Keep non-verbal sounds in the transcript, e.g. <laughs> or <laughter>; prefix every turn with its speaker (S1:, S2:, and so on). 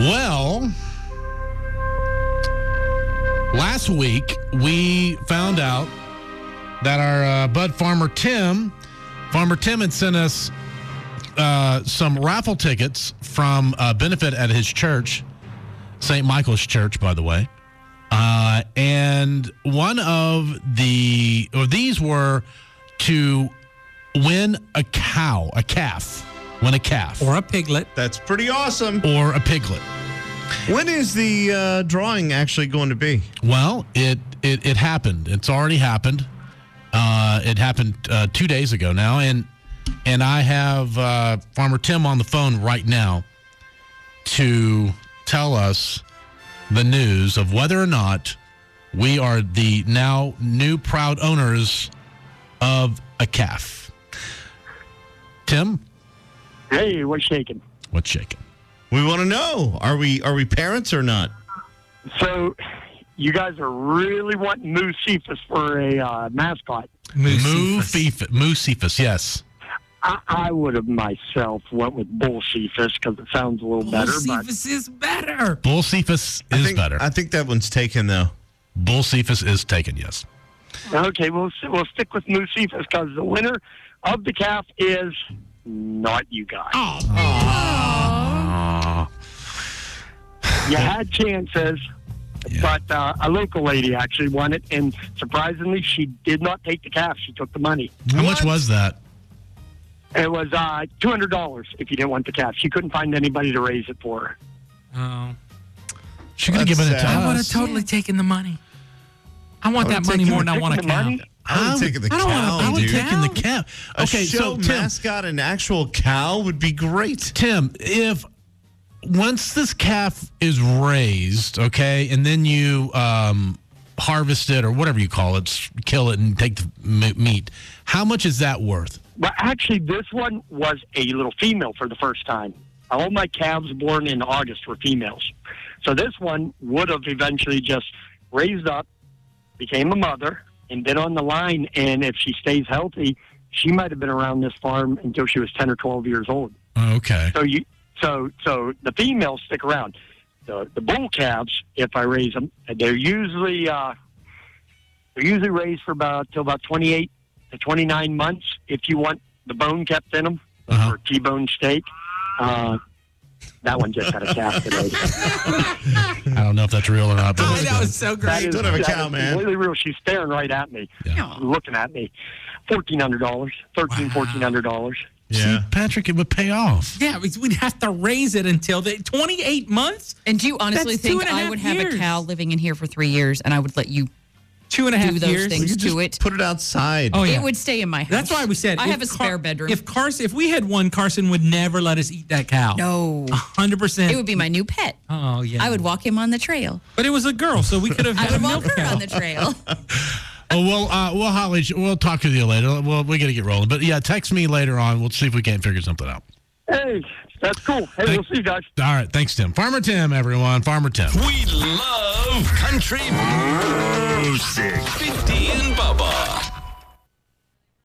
S1: Well, last week we found out that our uh, bud farmer Tim, Farmer Tim, had sent us uh, some raffle tickets from a benefit at his church, St. Michael's Church, by the way. Uh, and one of the, or these were to win a cow, a calf, win a calf,
S2: Or a piglet.
S3: That's pretty awesome.
S1: or a piglet.
S3: When is the uh, drawing actually going to be?
S1: Well, it it, it happened. It's already happened. Uh, it happened uh, two days ago now, and and I have uh, Farmer Tim on the phone right now to tell us the news of whether or not we are the now new proud owners of a calf. Tim,
S4: Hey, what's shaking?
S1: what's shaking?
S3: We want to know: Are we are we parents or not?
S4: So, you guys are really wanting Moose Cephas for a uh, mascot.
S1: Moo Cephas. Moo Cephas, yes.
S4: I, I would have myself went with Bull Cephas because it sounds a little better. But
S2: Cephas is better.
S1: Bull Cephas
S3: I
S1: is
S3: think,
S1: better.
S3: I think that one's taken though.
S1: Bull Cephas is taken, yes.
S4: okay, we'll s- we'll stick with Moose Cephas because the winner of the calf is not you guys.
S1: Aw.
S4: You had chances, but uh, a local lady actually won it, and surprisingly, she did not take the calf. She took the money.
S1: How much was that?
S4: It was uh, two hundred dollars if you didn't want the calf. She couldn't find anybody to raise it for. her.
S2: Oh.
S1: She could have
S3: That's
S1: given it to
S3: sad.
S2: I would
S1: us.
S2: have totally taken the money. I want
S3: I
S2: that
S3: would've
S2: money
S3: taken
S2: more than I
S4: Taking
S2: want a
S4: the
S2: cow.
S4: money?
S1: would-
S3: I would have taken the
S2: I don't wanna-
S3: cow.
S2: I
S1: I would
S2: would
S3: dude.
S2: take-
S1: taken the
S2: Cow?
S1: cow.
S3: a
S1: Okay,
S3: show
S1: so Tim,
S3: mascot, an actual cow would be great.
S1: Tim, if once this calf is raised, okay, and then you um, harvest it or whatever you call it, s- kill it and take the m- meat, how much is that worth?
S4: Well, actually, this one was a little female for the first time. All my calves born in August were females. So this one would have eventually just raised up, became a mother, and been on the line. And if she stays healthy, she might have been around this farm until she was 10 or 12 years old.
S1: Okay.
S4: So you, so so the females stick around. The the bull calves, if I raise them, they're usually uh, they're usually raised for about till about twenty eight to twenty nine months. If you want the bone kept in them
S1: Uh-huh.
S4: or T bone steak, uh, that one just had a calf today.
S3: <laughs>
S1: I don't know if that's real or not, but
S2: Oh,
S1: it's
S2: <laughs> that
S1: good.
S2: was so
S4: That
S2: great.
S3: Don't have a
S4: that
S3: cow,
S4: is
S3: man.
S4: Completely real. She's staring right at me,
S1: Yeah.
S4: looking at me. Fourteen hundred dollars, thirteen,
S2: Wow.
S4: fourteen hundred dollars.
S1: See, Patrick, it would pay off.
S2: Yeah, because we'd have to raise it until the 28 months,
S5: And do you honestly
S2: That's two
S5: think
S2: and a
S5: I
S2: half
S5: would have
S2: years.
S5: a cow living in here for three years and I would let you?
S2: two and a
S5: Do
S2: half
S5: those
S2: years.
S5: things.
S3: You just
S5: to it.
S3: Put it outside.
S2: Oh, yeah.
S5: It would stay in my house.
S2: That's why we said
S5: I
S2: if
S5: have a
S2: Car-
S5: spare bedroom.
S2: If Carson, if we had one, Carson would never let us eat that cow. <laughs>
S5: no,
S2: hundred percent.
S5: it would be my new pet.
S2: Oh yeah.
S5: I would walk him on the trail.
S2: But it was a girl, so we could have.
S5: I
S2: had
S5: would
S2: a
S5: walk
S2: milk
S5: her
S2: cow.
S5: on
S2: <laughs>
S5: the trail.
S1: Oh, well, uh, well, Holly, we'll talk to you later. Well, we got to get rolling. But yeah, text me later on. We'll see if we can't figure something out.
S4: Hey, that's cool. Hey, we'll see you guys.
S1: All right. Thanks, Tim. Farmer Tim, everyone. Farmer Tim.
S6: We love country music. 50 and